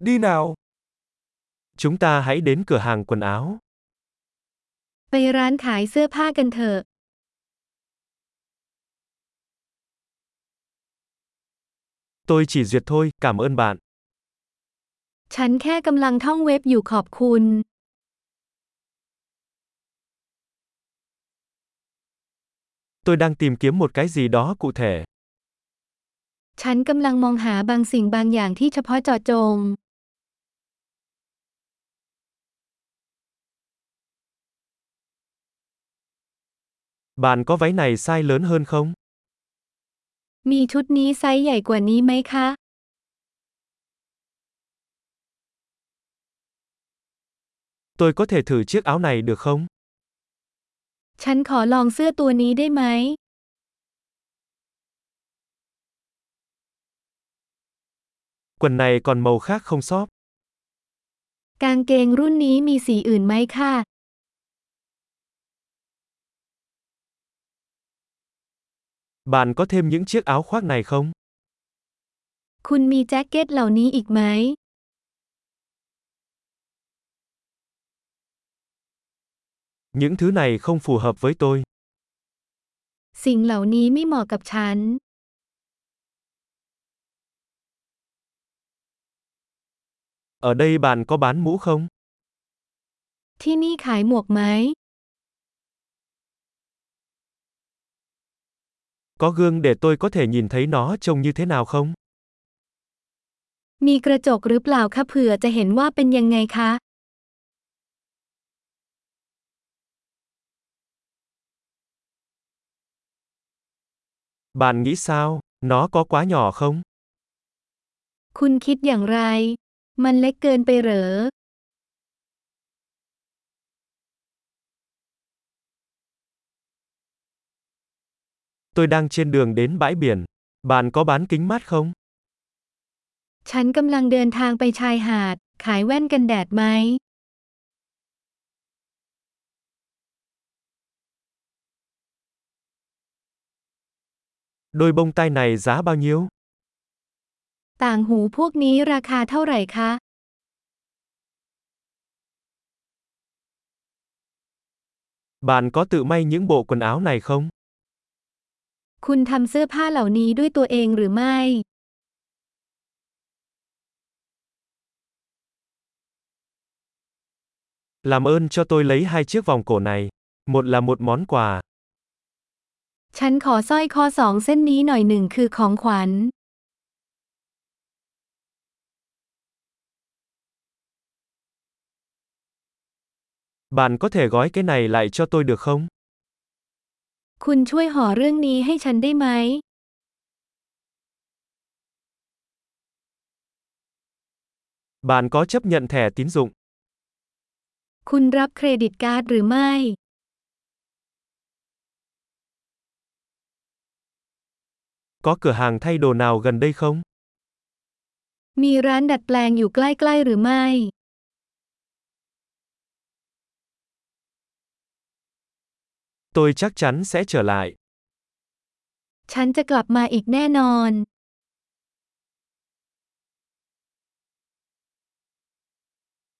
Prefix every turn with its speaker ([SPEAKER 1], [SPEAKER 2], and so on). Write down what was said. [SPEAKER 1] đi nào. Chúng ta hãy đến cửa hàng quần áo.
[SPEAKER 2] ไปร้านขายเสื้อผ้ากันเถอะ
[SPEAKER 1] Tôi chỉ duyệt thôi, cảm ơn bạn.
[SPEAKER 2] ฉันแค่กำลังท่องเว็บอยู่ขอบคุณ
[SPEAKER 1] Tôi đang tìm kiếm một cái gì đó cụ thể.
[SPEAKER 2] ฉันกำลังมองหาบางสิ่งบางอย่างที่เฉพาะเจาะจง
[SPEAKER 1] Bạn có váy này size lớn hơn không?
[SPEAKER 2] มีชุดนี้ไซส์ใหญ่กว่านี้ไหมคะ
[SPEAKER 1] Tôi có thể thử chiếc áo này được không?
[SPEAKER 2] ฉันขอลองเสื้อตัวนี้ได้ไหม
[SPEAKER 1] Quần này còn màu khác không shop?
[SPEAKER 2] กางเกงรุ่นนี้มีสีอื่นไหมคะ
[SPEAKER 1] Bạn có thêm những chiếc áo khoác này không?
[SPEAKER 2] คุณมีแจ็คเก็ตเหล่านี้อีกไหม
[SPEAKER 1] Những thứ này không phù hợp với tôi.
[SPEAKER 2] สิ่งเหล่านี้ไม่เหมาะกับฉัน
[SPEAKER 1] Ở đây bạn có bán mũ không?
[SPEAKER 2] ที่นี่ขายหมวกไหม
[SPEAKER 1] Có gương để tôi có thể nhìn thấy nó trông như thế nào không?
[SPEAKER 2] มีกระจกหรือเปล่าคะเผื่อจะเห็นว่าเป็นยังไงคะ
[SPEAKER 1] Bạn nghĩ sao? Nó có quá nhỏ không?
[SPEAKER 2] คุณคิดอย่างไร มันเล็กเกินไปเหรอ
[SPEAKER 1] Tôi đang trên đường đến bãi biển. Bạn có bán kính mát không?
[SPEAKER 2] ฉันกำลังเดินทางไปชายหาด ขายแว่นกันแดดไหม
[SPEAKER 1] Đôi bông tai này giá bao nhiêu?
[SPEAKER 2] ต่างหูพวกนี้ราคาเท่าไหร่คะ
[SPEAKER 1] Bạn có tự may những bộ quần áo này không?
[SPEAKER 2] คุณทำเสื้อผ้าเหล่านี้ด้วยตัวเองหรือไม่
[SPEAKER 1] Làm ơn cho tôi lấy hai chiếc vòng cổ này. Một là một món quà.
[SPEAKER 2] ฉันขอสร้อยคอสองเส้นนี้หน่อยหนึ่งคือของขวัญ
[SPEAKER 1] Bạn có thể gói cái này lại cho tôi được không?
[SPEAKER 2] คุณช่วยห่อเรื่องนี้ให้ฉันได้ไหม
[SPEAKER 1] Bạn có chấp nhận thẻ tín dụng?
[SPEAKER 2] คุณรับเครดิตการ์ดหรือไม่
[SPEAKER 1] Có cửa hàng thay đồ nào gần đây không?
[SPEAKER 2] มีร้านดัดแปลงอยู่ใกล้ ๆ หรือไม่
[SPEAKER 1] Tôi chắc chắn sẽ trở lại.
[SPEAKER 2] ฉันจะกลับมาอีกแน่นอน